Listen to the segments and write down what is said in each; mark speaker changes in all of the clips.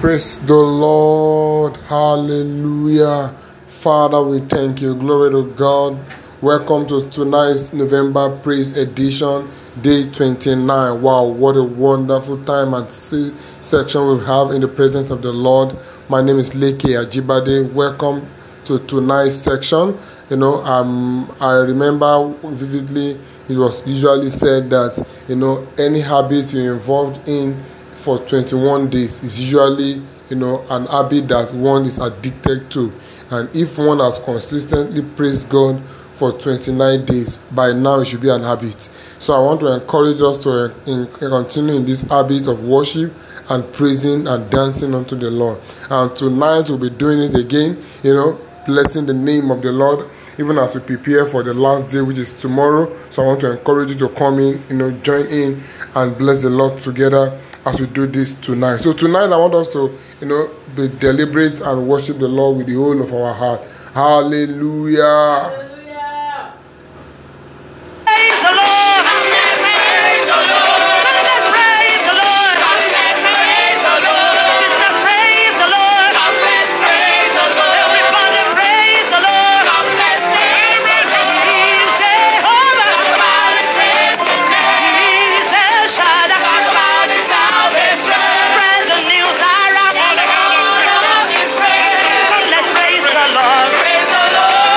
Speaker 1: Praise the Lord. Hallelujah. Father, we thank you. Glory to God. Welcome to tonight's November Praise Edition, day 29. Wow, what a wonderful time and se- section we have in the presence of the Lord. My name is Leke Ajibade. Welcome to tonight's section. You know, um, I remember vividly it was usually said that, you know, any habit you're involved in for 21 days is usually you know an habit that one is addicted to and if one has consistently praised god for 29 days by now it should be an habit so i want to encourage us to uh, in, continue in this habit of worship and praising and dancing unto the lord and tonight we'll be doing it again you know blessing the name of the lord even as we prepare for the last day which is tomorrow so i want to encourage you to come in you know join in and bless the lord together as we do this tonight so tonight i want us to you know be deliberate and worship the lord with the whole of our heart hallelujah
Speaker 2: Praise the Lord. Praise the Lord. Let's praise the Lord. Praise the Lord. Sister, praise the Lord. Praise the Lord. Everybody, praise the Lord. He's Jehovah. He's El Shaddai. Spread the news around the world. Come, let's praise the Lord. Praise the Lord.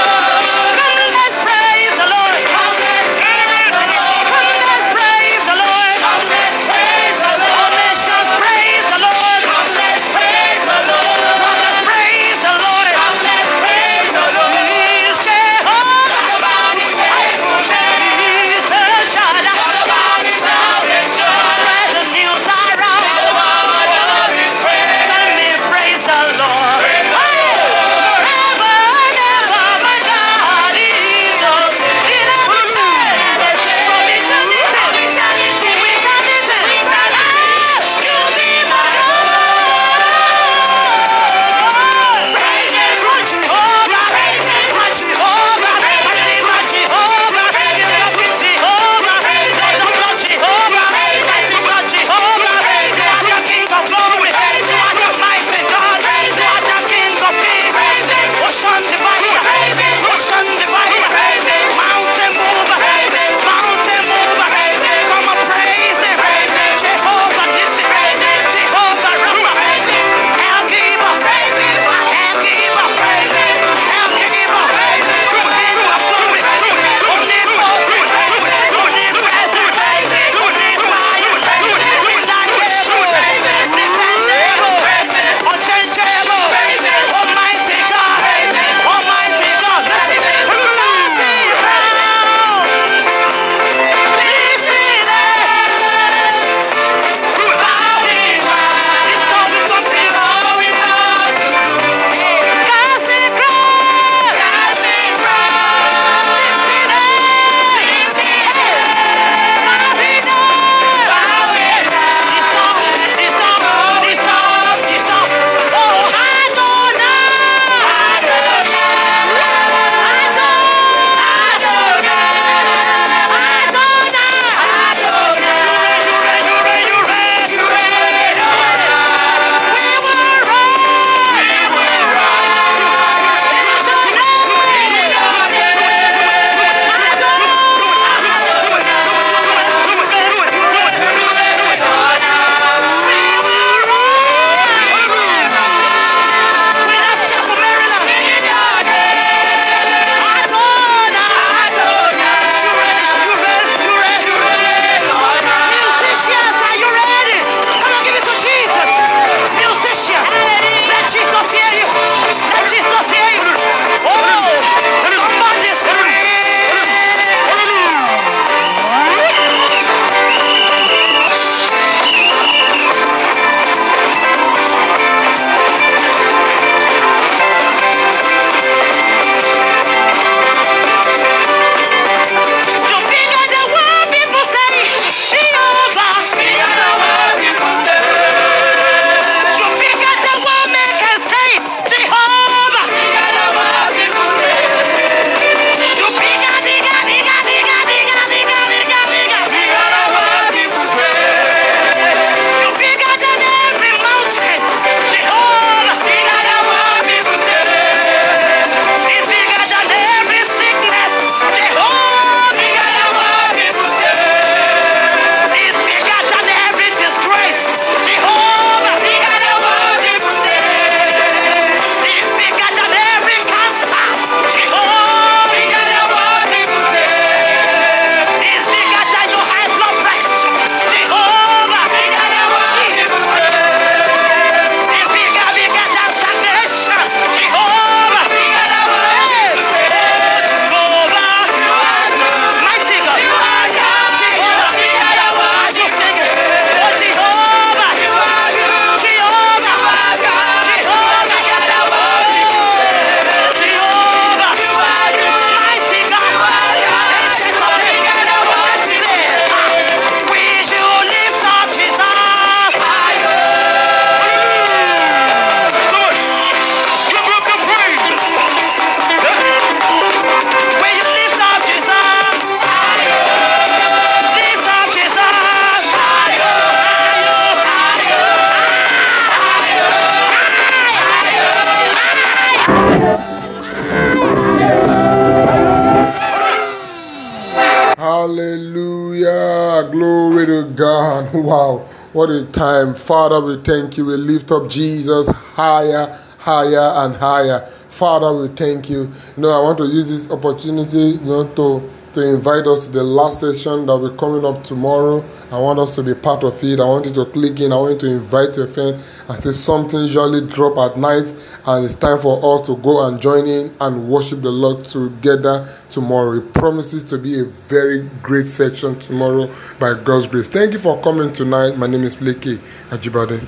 Speaker 1: Hallelujah. Glory to God. Wow. What a time. Father, we thank you. We lift up Jesus higher, higher, and higher. Father, we thank you. You know, I want to use this opportunity, you know, to to invite us to the last session that will be coming up tomorrow. I want us to be part of it. I want you to click in. I want you to invite your friend and say something usually drop at night, and it's time for us to go and join in and worship the Lord together tomorrow. It promises to be a very great section tomorrow by God's grace. Thank you for coming tonight. My name is Leke Ajibade.